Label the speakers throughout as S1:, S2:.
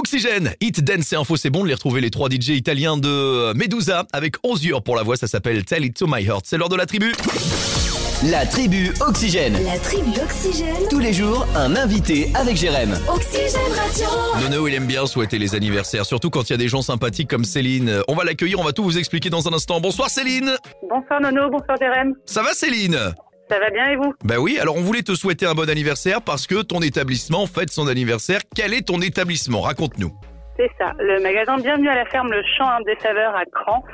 S1: Oxygène, Hit Dance et Info, c'est bon de les retrouver les trois DJ italiens de euh, Medusa avec Ozure pour la voix, ça s'appelle Tell It To My Heart. C'est l'heure de la tribu.
S2: La tribu Oxygène.
S3: La tribu Oxygène.
S2: Tous les jours, un invité avec Jérém.
S3: Oxygène Radio.
S1: Nono, il aime bien souhaiter les anniversaires, surtout quand il y a des gens sympathiques comme Céline. Euh, On va l'accueillir, on va tout vous expliquer dans un instant. Bonsoir Céline
S4: Bonsoir Nono, bonsoir Jérém.
S1: Ça va Céline
S4: Ça va bien et vous
S1: Bah oui, alors on voulait te souhaiter un bon anniversaire parce que ton établissement fête son anniversaire. Quel est ton établissement Raconte-nous.
S4: C'est ça. Le magasin Bienvenue à la ferme, le champ Arbre des saveurs à Cran.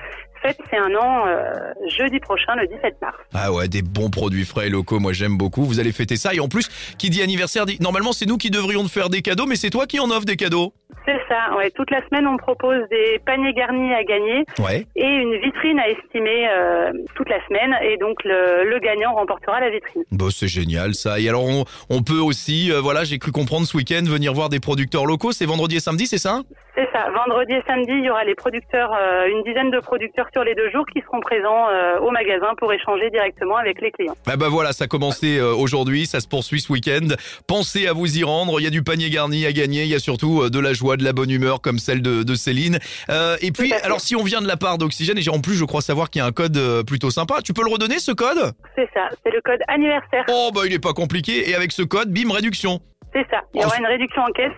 S4: Fête, c'est un an euh, jeudi prochain, le 17 mars.
S1: Ah ouais, des bons produits frais et locaux, moi j'aime beaucoup. Vous allez fêter ça et en plus, qui dit anniversaire dit normalement c'est nous qui devrions te faire des cadeaux, mais c'est toi qui en offre des cadeaux.
S4: C'est ça. Ouais. Toute la semaine, on propose des paniers garnis à gagner
S1: Ouais.
S4: et une vitrine à estimer euh, toute la semaine. Et donc, le, le gagnant remportera la vitrine.
S1: Bah c'est génial ça. Et alors on, on peut aussi, euh, voilà, j'ai cru comprendre ce week-end venir voir des producteurs locaux. C'est vendredi et samedi, c'est ça hein
S4: C'est ça. Vendredi et samedi, il y aura les producteurs, euh, une dizaine de producteurs sur les deux jours qui seront présents euh, au magasin pour échanger directement avec les clients.
S1: Ah bah voilà, ça a commencé euh, aujourd'hui, ça se poursuit ce week-end. Pensez à vous y rendre, il y a du panier garni à gagner, il y a surtout euh, de la joie, de la bonne humeur comme celle de, de Céline. Euh, et puis,
S4: Tout à fait.
S1: alors si on vient de la part d'Oxygène, et j'ai en plus je crois savoir qu'il y a un code euh, plutôt sympa, tu peux le redonner ce code
S4: C'est ça. C'est le code anniversaire.
S1: Oh bah il est pas compliqué, et avec ce code, bim, réduction.
S4: C'est ça. Il y aura une réduction en caisse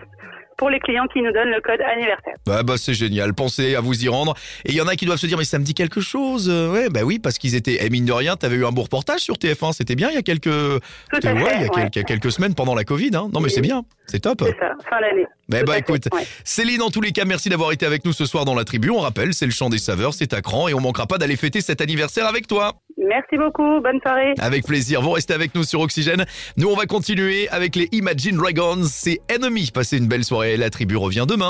S4: pour les clients qui nous donnent le code anniversaire.
S1: Bah bah c'est génial, pensez à vous y rendre. Et il y en a qui doivent se dire mais ça me dit quelque chose. Euh, Ouais bah oui parce qu'ils étaient, et mine de rien, t'avais eu un beau reportage sur TF1, c'était bien il y a quelques, euh,
S4: Tout à
S1: ouais,
S4: fait.
S1: il y a
S4: ouais.
S1: quelques, quelques semaines pendant la Covid. Hein. Non mais c'est bien, c'est top.
S4: C'est ça. Fin d'année.
S1: Bah,
S4: Tout
S1: bah
S4: à fait,
S1: écoute,
S4: ouais.
S1: Céline, en tous les cas, merci d'avoir été avec nous ce soir dans la tribu. On rappelle, c'est le chant des saveurs, c'est à cran et on manquera pas d'aller fêter cet anniversaire avec toi.
S4: Merci beaucoup. Bonne soirée.
S1: Avec plaisir, vous restez avec nous sur Oxygène. Nous, on va continuer avec les Imagine Dragons, c'est Enemy. Passez une belle soirée, la tribu revient demain.